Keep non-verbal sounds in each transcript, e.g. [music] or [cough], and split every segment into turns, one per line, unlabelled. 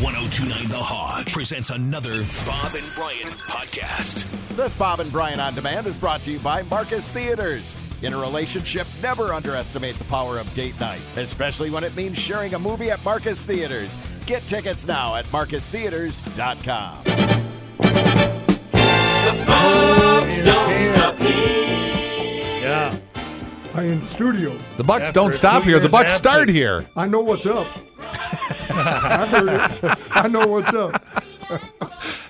1029 The Hog presents another Bob and Brian podcast.
This Bob and Brian on Demand is brought to you by Marcus Theaters. In a relationship, never underestimate the power of date night, especially when it means sharing a movie at Marcus Theaters. Get tickets now at marcustheaters.com.
Yeah.
I in the studio.
The Bucks
After
don't stop
two
here. The
years
Bucks
absence.
start here.
I know what's up. I heard it. I know what's up.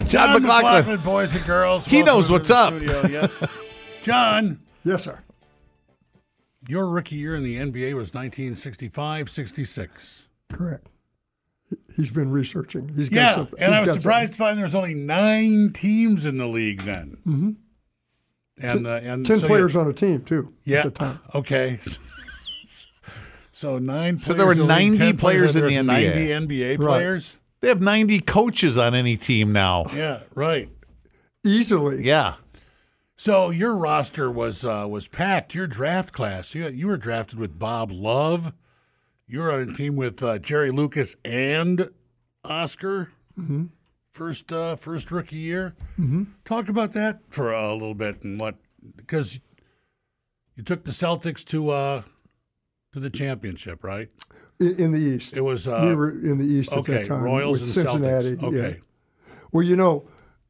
John McLaughlin.
boys and girls.
He
welcome
knows
to
what's
the
up.
studio. Yeah. [laughs] John,
Yes, sir.
your rookie year in the NBA was 1965 66.
Correct. He- He's been researching. He's got
Yeah,
something.
and I
he's
was
got
surprised to find there was only nine teams in the league then. Mm-hmm. And, uh,
something.
and so
Ten
you-
players on a team too.
yeah,
At the time.
okay. [laughs] so nine.
So there were
players in the league,
90
10
players in
there
the
was
NBA.
90 NBA
Right.
players.
They have 90 coaches on any team now.
Yeah, right.
Easily.
Yeah.
So your roster was uh, was packed. Your draft class. You you were drafted with Bob Love. You were on a team with uh, Jerry Lucas and Oscar.
Mm-hmm.
First uh, first rookie year. Talk about that for a little bit and what because you took the Celtics to uh, to the championship, right?
I- In, the East.
It was uh,
we were in the East at
okay,
that time.
Royals
with
and
Cincinnati.
Celtics.
yeah.
Okay,
Well, you know,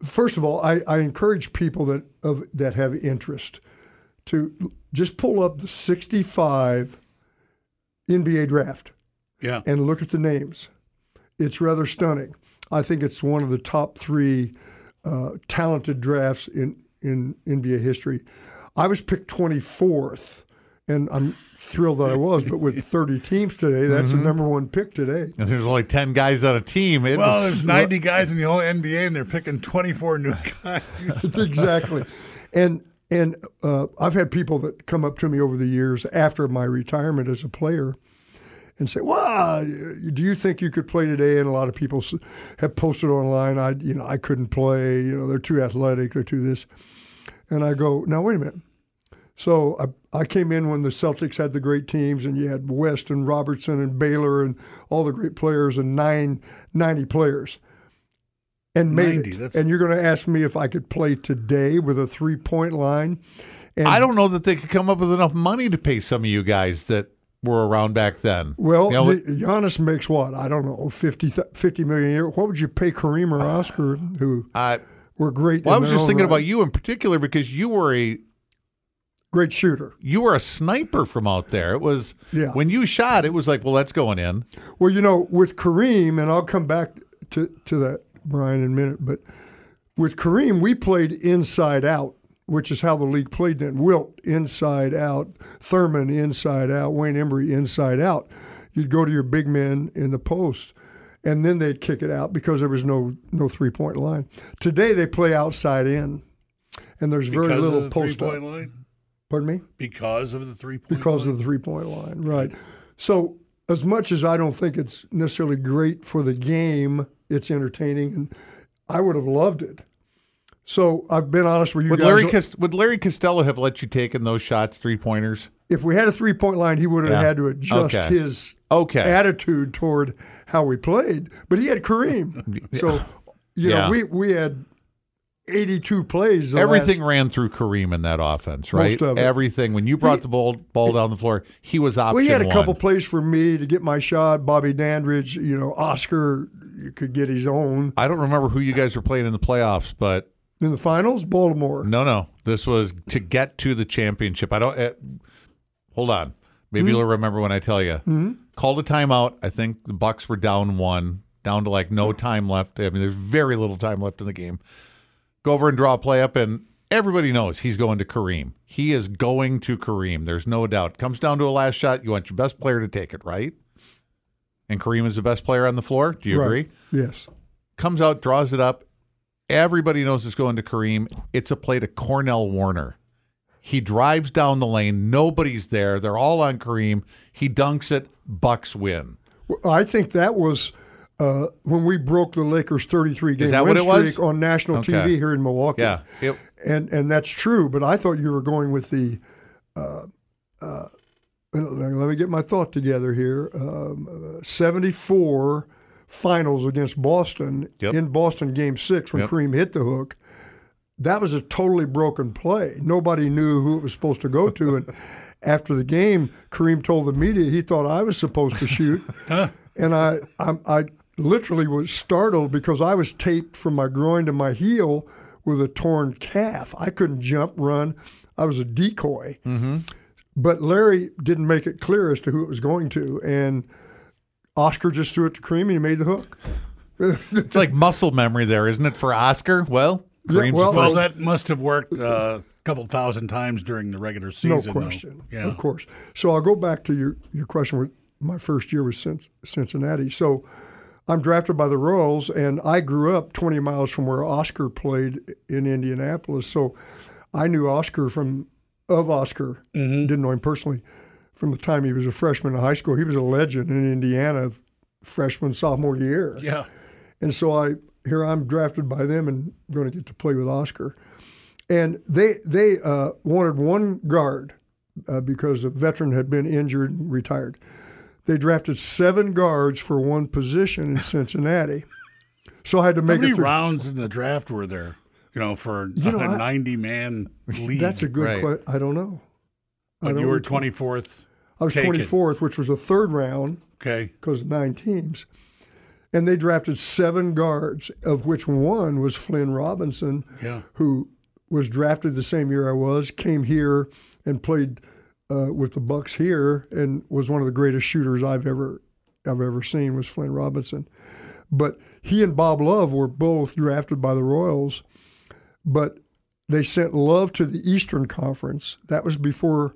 first of all, I, I encourage people that of that have interest to just pull up the sixty-five NBA draft.
yeah,
and look at the names. It's rather stunning. I think it's one of the top three uh, talented drafts in, in NBA history. I was picked 24th, and I'm thrilled that I was, but with 30 teams today, that's the number one pick today. [laughs]
And there's only 10 guys on a team. It
Well,
was-
there's 90 guys in the whole NBA, and they're picking 24 new [laughs] guys.
exactly. And and uh, I've had people that come up to me over the years after my retirement as a player and say, "Wow, do you think you could play today?" And a lot of people s- have posted online, "I you know I couldn't play. You know they're too athletic. They're too this." And I go, "Now wait a minute." So I, I came in when the Celtics had the great teams, and you had West and Robertson and Baylor and all the great players and nine, 90 players, and made
90,
it.
that's-
And you're going to ask me if I could play today with a three point line? And
I don't know that they could come up with enough money to pay some of you guys that were around back then.
Well,
You know,
the- Giannis makes what? I don't know, 50, th- 50 million a year. What would you pay Kareem or Oscar, who
I,
were great?
Uh, well, I
in
was
their
just
own
thinking
right?
about you in particular because you were a
Great shooter.
you were a sniper from out there. It was
Yeah.
when you shot, it was like, well, that's going in.
Well, you know, with Kareem, and I'll come back to, to that, Brian, in a minute, but with Kareem, we played inside out, which is how the league played then. Wilt inside out, Thurman inside out, Wayne Embry inside out. You'd go to your big men in the post, and then they'd kick it out because there was no, no three point line. Today, they play outside in, and there's very
Because of
little
the
post
three-point
up.
line?
Pardon me?
Because of the three point
because of the three point line, right? So, as much as I don't think it's necessarily great for the game, it's entertaining, and I would have loved it. So, I've been honest with you
Would
guys.
Larry, Cos- would Larry Costello have let you take in those shots, three pointers?
if we had a three point line, he would have
Yeah.
had to adjust
Okay.
his
Okay.
attitude toward how we played. But he had
[laughs]
Kareem, so you know
Yeah.
we we had eighty two plays. the
Everything
last-
ran through Kareem in that offense, right?
of it.
Everything. When you brought the ball ball down the floor, he was option
Well, he had a
one.
couple plays for me to get my shot. Bobby Dandridge, you know, Oscar could get his own.
I don't remember who you guys were playing in the playoffs, but
In the finals, Baltimore.
no, no, this was to get to the championship. I don't. Uh, hold on, maybe you'll remember when I tell you. Called a timeout. I think the Bucks were down one, down to like no time left. I mean, there's very little time left in the game. Go over and draw a play up, and everybody knows he's going to Kareem. He is going to Kareem. There's no doubt. Comes down to a last shot. You want your best player to take it, right? And Kareem is the best player on the floor. Do you agree?
Right. Yes.
comes out, draws it up. Everybody knows it's going to Kareem. It's a play to Cornell Warner. He drives down the lane. Nobody's there. They're all on Kareem. He dunks it. Bucks win.
Well, I think that was uh, when we broke the Lakers 33 game
Is that
win
what it was?
streak on national
Okay.
TV here in Milwaukee.
Yeah. It-
And and that's true, but I thought you were going with the. Uh, uh, let me get my thought together here. Um, uh, 74 finals against Boston
Yep.
in Boston Game Six when
Yep.
Kareem hit the hook. That was a totally broken play. Nobody knew who it was supposed to go to,
[laughs]
and after the game, Kareem told the media he thought I was supposed to
[laughs]
shoot, and I, I I literally was startled because I was taped from my groin to my heel with a torn calf. I couldn't jump, run. I was a decoy. But Larry didn't make it clear as to who it was going to, and Oscar just threw it to Kareem and he made the hook.
It's like muscle memory there, isn't it, for Oscar? Well, Kareem's
well-
first-
Well, that must have worked uh, a couple thousand times during the regular
No
season. though.
question.
Yeah.
Of course. So I'll go back to your, your question. With my first year was Cin- Cincinnati. So I'm drafted by the Royals, and I grew up 20 miles from where Oscar played in Indianapolis. So I knew Oscar from of Oscar.
Mm-hmm.
Didn't know him personally from the time he was a freshman in high school. He was a legend in Indiana, freshman sophomore year.
Yeah.
And so I here I'm drafted by them and going to get to play with Oscar. And they they uh, wanted one guard uh, because a veteran had been injured and retired. They drafted seven guards for one position
[laughs]
in Cincinnati. So I had to
How
make
many
it through.
rounds in the draft were there? You know, for
know,
a
I-
ninety-man
[laughs]
league.
That's a good
Right.
question. I don't know. I
But
don't
you were
recall.
twenty-fourth.
I was
taken.
24th, which was the third round.
Okay.
because nine teams. And they drafted seven guards, of which one was Flynn Robinson,
Yeah.
who was drafted the same year I was, came here and played uh, with the Bucks here, and was one of the greatest shooters I've ever I've ever seen was Flynn Robinson. But he and Bob Love were both drafted by the Royals, but they sent Love to the Eastern Conference. That was before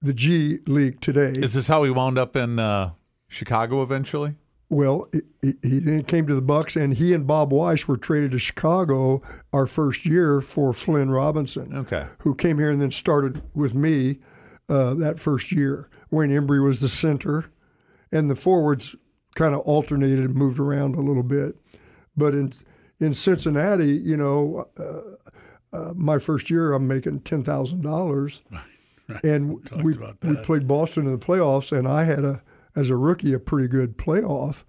the G League today.
Is this how he wound up in uh, Chicago eventually?
Well, he- he, he then came to the Bucks, and he and Bob Weiss were traded to Chicago our first year for Flynn Robinson,
Okay.
who came here and then started with me uh, that first year. Wayne Embry was the center, and the forwards kind of alternated and moved around a little bit. But in in Cincinnati, you know, uh, uh, my first year, I'm making ten thousand dollars, and we
about
we played Boston in the playoffs, and I had a as a rookie a pretty good playoff.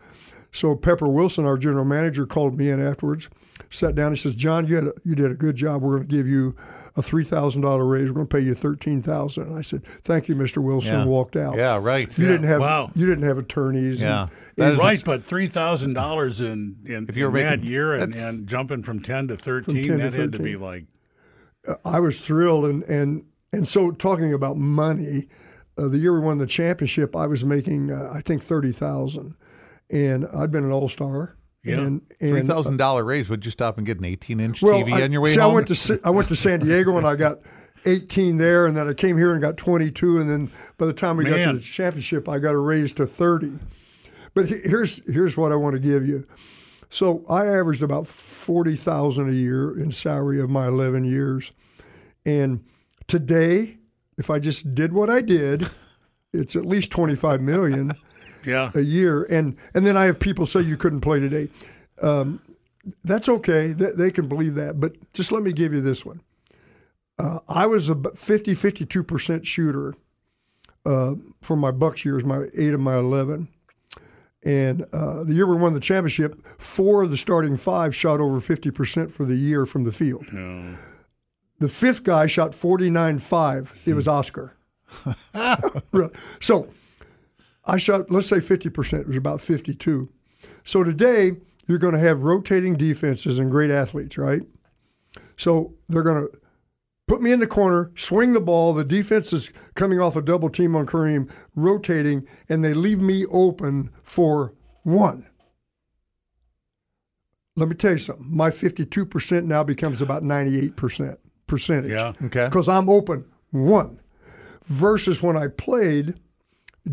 So Pepper Wilson, our general manager, called me in afterwards, sat down. He says, "John, you had a, you did a good job. We're going to give you a three thousand dollar raise. We're going to pay you thirteen thousand. And I said, "Thank you, Mr. Wilson."
Yeah.
and Walked out.
Yeah, right.
You didn't have
Wow.
you didn't have attorneys. and-
Yeah.
and-
That is
Right, but three thousand dollars in in,
you were
in that
making-
year and,
that's-
and jumping from ten to thirteen,
10 to
that had to be
13.
like
I was thrilled, and and and so talking about money, uh, the year we won the championship, I was making uh, I think thirty thousand, and I'd been an all star.
Yeah.
and,
Three
and uh,
thousand dollar raise would you stop and get an eighteen inch
well,
TV
I,
on your way
see,
home?
I went to Sa- I went to San Diego and I got. 18 there, and then I came here and got 22, and then by the time we got
Man.
to the championship, I got a raise to 30. But he- here's here's what I want to give you. So I averaged about forty thousand a year in salary of my eleven years, and today, if I just did what I did, it's at least twenty five million
yeah.
a year. And and then I have people say you couldn't play today. Um, that's okay. They, they can believe that. But just let me give you this one. Uh, I was a 50, 52% shooter uh, for my Bucks years, my eight and my 11. And uh, the year we won the championship, four of the starting five shot over 50% for the year from the field. The fifth guy shot 49.5. It was Oscar. Really. so I shot, let's say 50%, it was about 52. So today, you're going to have rotating defenses and great athletes, right? So they're going to put me in the corner, swing the ball. The defense is coming off a double team on Kareem, rotating, and they leave me open for one. Let me tell you something. My 52% now becomes about 98% percentage
Yeah.
okay.
because I'm open one. Versus when I played,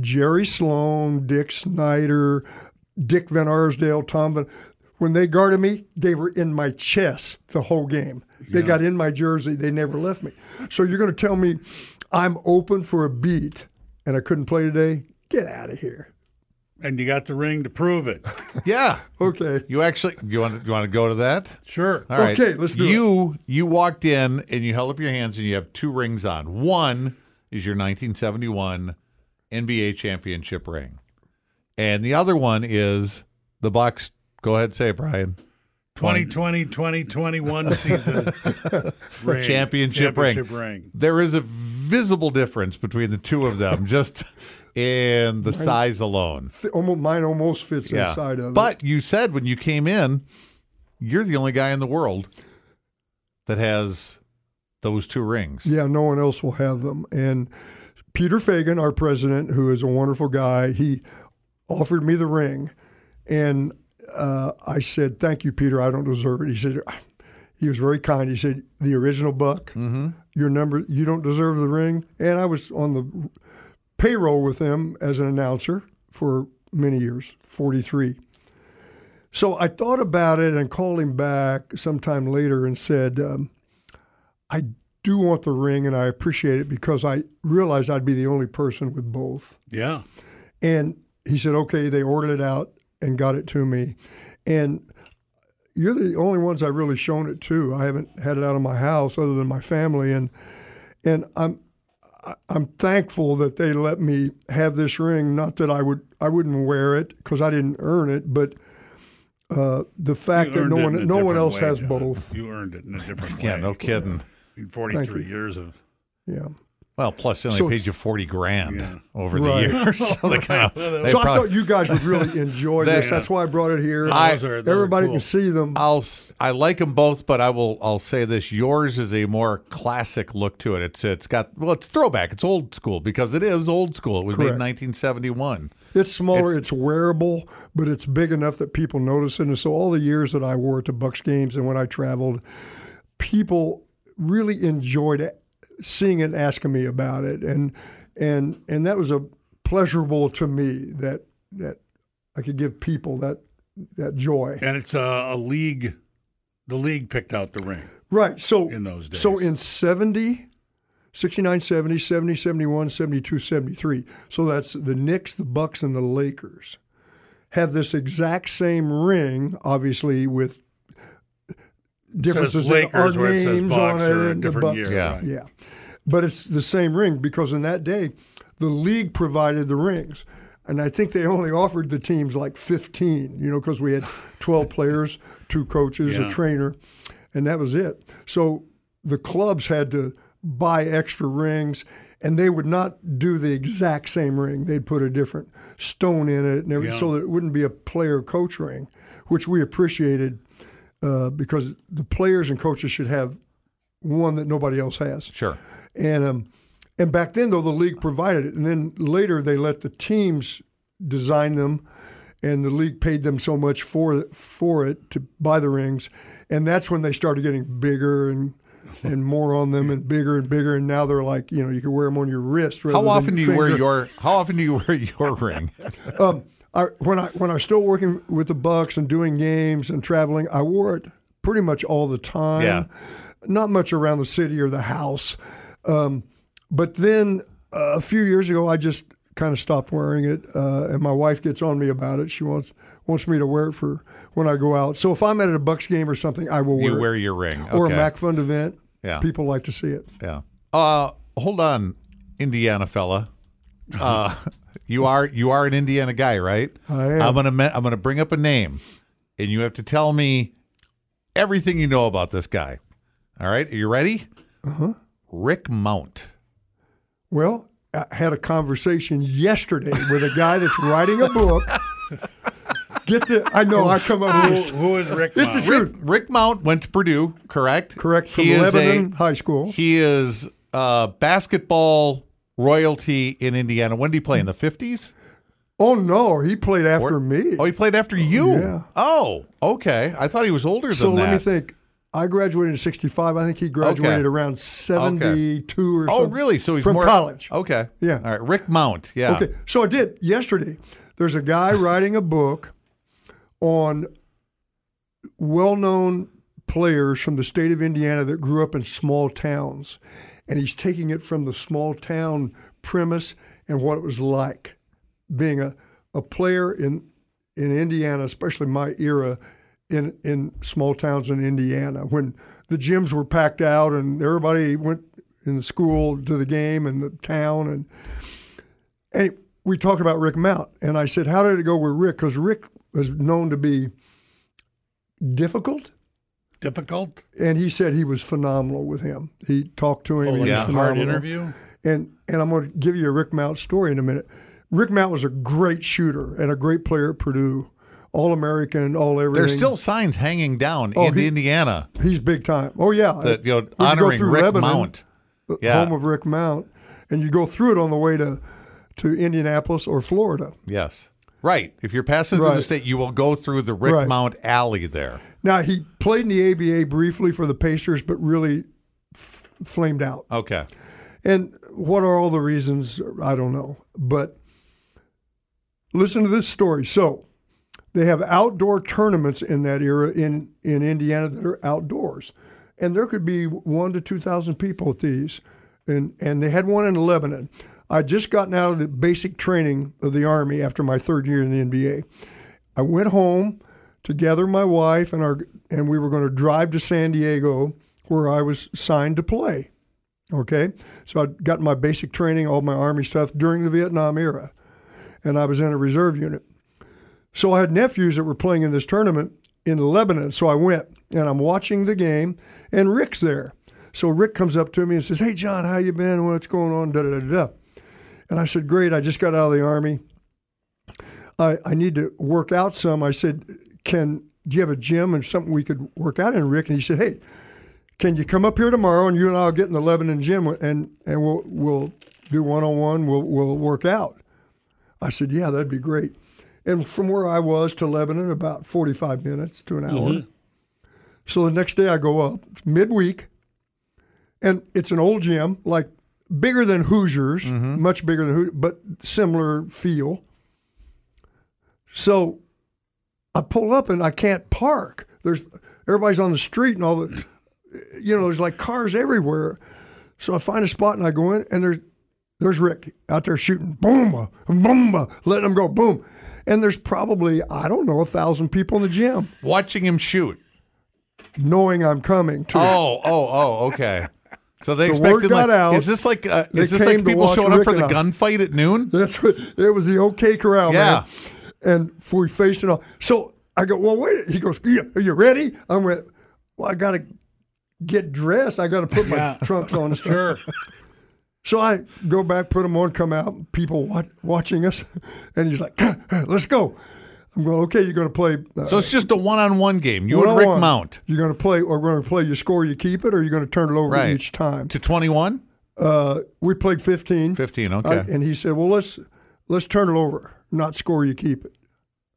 Jerry Sloan, Dick Snyder, Dick Van Arsdale, Tom Van, when they guarded me, they were in my chest the whole game. They got in my jersey. They never left me. So you're going to tell me I'm open for a beat and I couldn't play today? Get out of here.
And you got the ring to prove it.
Yeah.
Okay.
You actually you want to, you want to go to that?
Sure.
All right.
Okay, let's do it.
you you walked in and you held up your hands and you have two rings on. One is your 1971 NBA championship ring, and the other one is the Bucks. Go ahead, say it, Brian.
2020 2021
[laughs]
season ring.
Championship ring.
Championship ring.
There is a visible difference between the two
[laughs]
of them, just in the size alone.
Fi- almost, mine almost fits inside of it.
But you said when you came in, you're the only guy in the world that has those two rings.
Yeah, no one else will have them. And Peter Fagan, our president, who is a wonderful guy, he offered me the ring, and uh, I said, "Thank you, Peter. I don't deserve it." He said, "Ah." "He was very kind." He said, "The original buck, your number. You don't deserve the ring." And I was on the payroll with him as an announcer for many years, forty-three. So I thought about it and called him back sometime later and said. Um, I do want the ring and I appreciate it because I realized I'd be the only person with both.
Yeah.
And he said, okay, they ordered it out and got it to me. And you're the only ones I've really shown it to. I haven't had it out of my house other than my family. And, and I'm, I- I'm thankful that they let me have this ring. Not that I would, I wouldn't wear it because I didn't earn it, but uh, the fact
You
that no
earned it in a
one, no one
different
else
way,
has
John.
both.
You earned it in a different
Yeah,
way.
no kidding.
43 years of
Yeah.
Well, plus they only
So
paid
it's-
you forty grand
Yeah.
over
[laughs] Right.
the years. [laughs] So they kinda- they
So I
probably-
thought you guys would
[laughs]
really enjoy
That-
this. That's why I brought it here.
I-
Those are- those are
Everybody
cool. Uh,
can see them.
I'll s- I like them both, but I will I'll say this: yours is a more classic look to it. It's it's got well, it's throwback. It's old school because it is old school. It was made in
Correct.
1971.
It's smaller, it's, wearable, but it's big enough that people notice it. And so all the years that I wore it to Bucks games and when I traveled, people really enjoyed it- seeing it and asking me about it. And and and that was a pleasurable to me that that I could give people that that joy.
And it's a, a league. The league picked out the ring.
Right. So
in those days.
So in 70, 69, 70, 70, 71, 72, 73. So that's the Knicks, the Bucks, and the Lakers have this exact same ring, obviously with differences
says Lakers
in our
where it says
names on
Bucks
it.
or a
and the
different
Bucks.
year.
Yeah.
right.
Yeah. But it's the same ring because in that day, the league provided the rings. And I think they only offered the teams like 15, you know, because we had
[laughs]
12 players, two coaches,
Yeah.
a trainer, and that was it. So the clubs had to buy extra rings, and they would not do the exact same ring. They'd put a different stone in it, and everything, so that it wouldn't be a player coach ring, which we appreciated uh, because the players and coaches should have one that nobody else has.
Sure.
And um, and back then though the league provided it, and then later they let the teams design them, and the league paid them so much for for it to buy the rings, and that's when they started getting bigger and. And more on them, and bigger and bigger, and now they're like, you know, you can wear them on your wrist. rather
How
than
often do you wear
finger.
your How often do you wear [laughs]
[laughs]
your ring?
I, when I when I was still working with the Bucks and doing games and traveling, I wore it pretty much all the time.
Yeah.
Not much around the city or the house, um, but then uh, a few years ago, I just kind of stopped wearing it, uh, and my wife gets on me about it. She wants wants me to wear it for when I go out. So if I'm at a Bucks game or something, I will wear
You
it.
wear your ring
or
Okay.
a Mac Fund event.
Yeah.
People like to see it.
Yeah. Uh, hold on, Indiana fella.
Uh-huh.
Uh, [laughs] you are you are an Indiana guy, right?
I am.
I'm gonna me- I'm gonna bring up a name, and you have to tell me everything you know about this guy. All right, are you ready? Uh-huh. Rick Mount.
Well, I had a conversation yesterday with a guy that's writing a book. Get the I know I come up
Who,
with
who is Rick?
This is
Mount?
true.
Rick Mount went to Purdue, correct?
Correct from
is
Lebanon
a-
High School.
He is uh, basketball royalty in Indiana. When did he play? In the 50s?
oh no, he played after me.
Oh, he played after you.
yeah.
Oh, okay. I thought he was older
so
than that.
let me think. I graduated in '65. I think he graduated
Okay.
around '72 or
Oh,
something.
really? So he's
from
more
college.
Okay.
Yeah.
All right. Rick Mount. Yeah.
Okay, so I did yesterday. There's a guy writing a book on well-known players from the state of Indiana that grew up in small towns, and he's taking it from the small town premise and what it was like being a, a player in in Indiana, especially my era in in small towns in Indiana when the gyms were packed out and everybody went in the school to the game and the town and and we talked about Rick Mount, and I said, "How did it go with Rick?" Because Rick was known to be difficult,
Difficult?
and he said he was phenomenal with him. He talked to him. he was
yeah.
phenomenal.
Oh, Hard interview?
And and I'm going to give you a Rick Mount story in a minute. Rick Mount was a great shooter and a great player at Purdue, All American, all everything.
There's still signs hanging down in
Oh, he-
Indiana
he's big time. Oh yeah,
that you know
When go
honoring
through
Rick
Lebanon,
Mount. Yeah.
home of Rick Mount, and you go through it on the way to to Indianapolis or Florida.
Yes. Right. If you're passing through the
Right.
state, you will go through the Rick
Right.
Mount Alley there.
Now he played in the ABA briefly for the Pacers, but really f- flamed out.
Okay.
And what are all the reasons? I don't know. But listen to this story. So they have outdoor tournaments in that era in, in Indiana that are outdoors. And there could be one to 2,000 people at these. And, and they had one in Lebanon. I'd just gotten out of the basic training of the Army after my third year in the NBA. I went home to gather my wife and our and we were going to drive to San Diego where I was signed to play. Okay, so I got my basic training, all my army stuff during the Vietnam era, and I was in a reserve unit. So I had nephews that were playing in this tournament in Lebanon. So I went and I'm watching the game, and Rick's there. So Rick comes up to me and says, "Hey John, how you been? What's going on?" Da da da da. And I said, "Great. I just got out of the army. I I need to work out some." I said, "Can do you have a gym and something we could work out in, Rick?" And he said, "Hey." can you come up here tomorrow and you and I'll get in the Lebanon gym and and we'll we'll do one on one. We'll we'll work out. I said, yeah, that'd be great. And from where I was to Lebanon, about forty five minutes to an hour. So the next day I go up it's midweek, and it's an old gym, like bigger than Hoosiers, much bigger than Hoosiers, but similar feel. So I pull up and I can't park. There's everybody's on the street and all the you know, there's like cars everywhere. So I find a spot and I go in, and there's there's Rick out there shooting, boom, boom, letting them go, boom. And there's probably I don't know a thousand people in the gym,
Watching him shoot.
knowing I'm coming. To
Oh, oh, oh, okay. So they
The word
expected
got
like
out.
is this like uh,
They
is this
came
like
to
people
watch
showing up
Rick
for the
and I.
gunfight at noon?
That's what it was. The OK Corral,
Yeah.
man. And we facing off. So I go, well, wait. He goes, yeah, are you ready? I went, well, I gotta get dressed. I gotta put my trunks on. and stuff."
Sure.
So I go back, put them on, come out, and people wa- watching us, [laughs] and he's like, "Let's go." I'm going, "Okay, you're going to play." Uh,
So it's just a one-on-one game. You and Rick
one-on-one.
Mount
You're going to play, or we're going to play. You score, you keep it, or you're going to turn it over
Right.
each time.
to 21,
Uh, we played 15.
15, okay.
I- and he said, "Well, let's let's turn it over, not score, you keep it."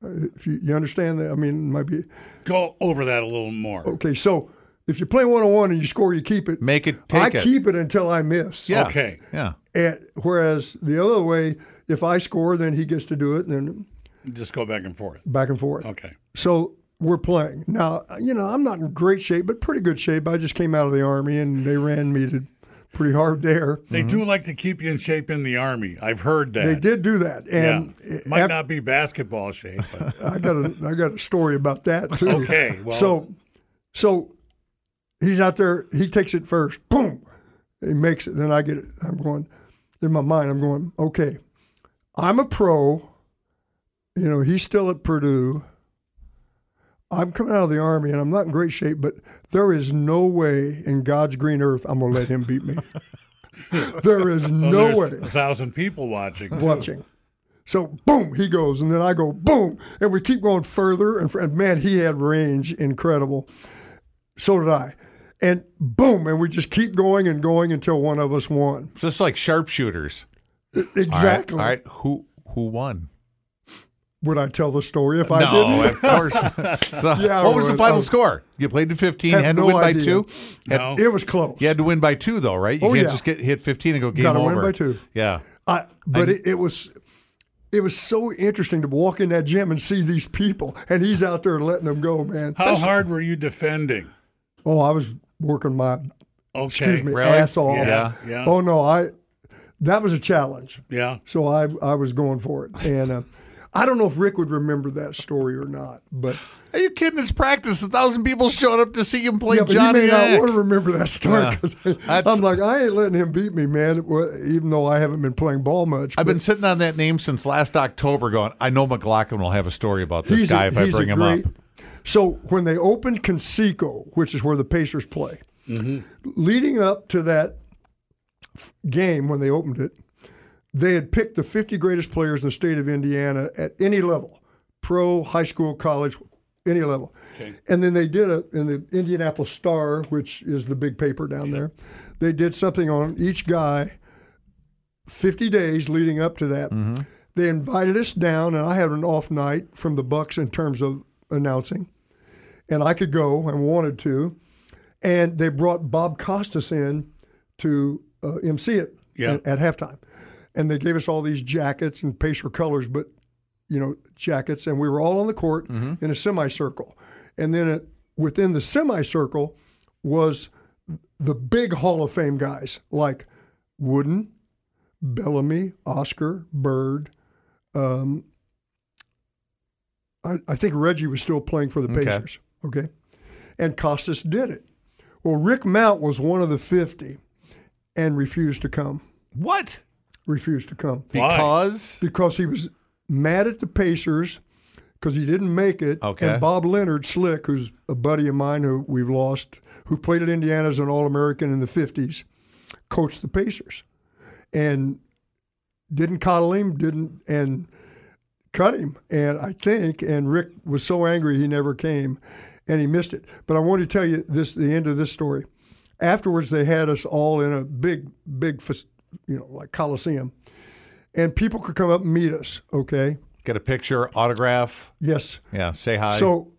Uh, If you, you understand that, I mean, it might be
Go over that a little more.
okay. So if you play one on one and you score, you keep it.
Make it
I
take it.
keep it until I miss.
yeah.
Okay.
Yeah.
And whereas the other way, if I score, then he gets to do it, and then
Just go back and forth.
back and forth.
Okay.
So we're playing now. You know, I'm not in great shape, but pretty good shape. I just came out of the army, and they ran me to pretty hard there.
They
Mm-hmm.
do like to keep you in shape in the army. I've heard that.
They did do that,
Yeah.
and
Might
af-
not be basketball shape. But
[laughs] I got a I got a story about that too.
Okay, well-
so so he's out there. He takes it first. Boom. He makes it. Then I get it. I'm going in my mind. I'm going. Okay, I'm a pro. You know, he's still at Purdue. I'm coming out of the army and I'm not in great shape, but there is no way in God's green earth I'm gonna let him beat
[laughs]
me. there is no
Well,
way
Oh, there's A thousand people watching.
[laughs] watching. So boom, he goes, and then I go boom, and we keep going further and, fur- and man, he had range, incredible. So did I, and boom, and we just keep going and going until one of us won.
Just like sharpshooters. All right.
Exactly.
All right. Who who won?
Would I tell the story if I didn't?
No,
[laughs]
of course. So,
Yeah,
what was the
well,
final
um,
score? You played to 15,
have
had to
no
win by
idea.
two.
No.
It was close.
You had to win by two, though, right? You
Oh,
can't
yeah.
just get hit 15 and go game
Gotta
over.
win by two.
Yeah.
I, but it, it was it was so interesting to walk in that gym and see these people, and he's out there letting them go, man.
How hard were you defending?
Oh, I was working my
Okay.
excuse me
really?
ass off.
Yeah, yeah.
Oh no, I that was a challenge.
Yeah.
So I I was going for it, and uh, I don't know if Rick would remember that story or not,
[laughs]
but
Are you kidding? It's practice. A thousand people showed up to see him play
yeah, but
Johnny
you may not
Mac.
want to remember that story [laughs]
Yeah.
'cause
That's-
I'm like, I ain't letting him beat me, man. Well, Even though I haven't been playing ball much,
I've
but
been sitting on that name since last October going, I know McLaughlin will have a story about this
he's a-
guy if I
he's a
bring him
great-
up.
So when they opened Conseco, which is where the Pacers play,
Mm-hmm.
leading up to that f- game when they opened it, they had picked the 50 greatest players in the state of Indiana at any level pro, high school, college, any level. And then they did a in the Indianapolis Star, which is the big paper down there. They did something on each guy 50 days leading up to that.
Mm-hmm.
They invited us down and I had an off night from the Bucks in terms of announcing. And I could go and wanted to. And they brought Bob Costas in to uh, MC it
Yeah.
at, at halftime. And they gave us all these jackets and Pacer colors, but you know, jackets, and we were all on the court in a semicircle. And then it, within the semicircle was the big Hall of Fame guys like Wooden, Bellamy, Oscar, Bird. Um, I, I think Reggie was still playing for the
Okay.
Pacers. Okay. And Costas did it. Well, Rick Mount was one of the 50 and refused to come.
What?
Refused to come
Why?
Because
because he was mad at the Pacers because he didn't make it.
Okay.
And Bob Leonard Slick, who's a buddy of mine who we've lost, who played at Indiana as an All American in the 50s, coached the Pacers and didn't coddle him, didn't, and cut him. And I think, and Rick was so angry he never came and he missed it. But I want to tell you this the end of this story. Afterwards, they had us all in a big, big, fas- you know, like Coliseum and people could come up and meet us. Okay.
get a picture, autograph.
Yes.
Yeah, say hi.
so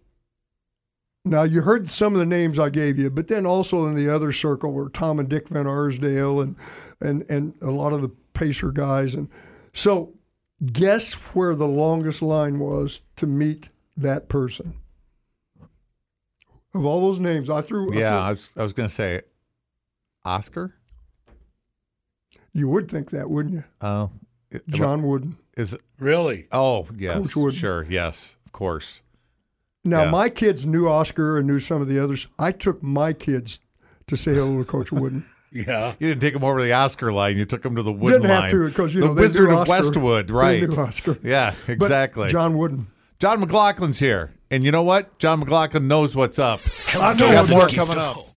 now you heard some of the names I gave you, but then also in the other circle were Tom and Dick Van Arsdale and and and a lot of the Pacer guys. And so, guess where the longest line was to meet that person? Of all those names, I threw. I
yeah, I
threw-
was, I was going to say Oscar.
you would think that, wouldn't you?
Uh,
John Wooden.
Is
Really?
oh yes,
Coach Wood.
sure, yes, of course.
Now
Yeah.
my kids knew Oscar and knew some of the others. I took my kids to say hello to Coach Wooden.
Yeah.
You didn't take him over the Oscar line; you took him to the Wood
Didn't
line.
have to because you
the
know they knew
Wizard of
Oscar.
Westwood,
They
right?
knew Oscar.
Yeah,
But
exactly. John-,
John Wooden.
McLaughlin's here, and you know what? John McLaughlin knows what's up.
Hello,
We got more
Kentucky.
coming up.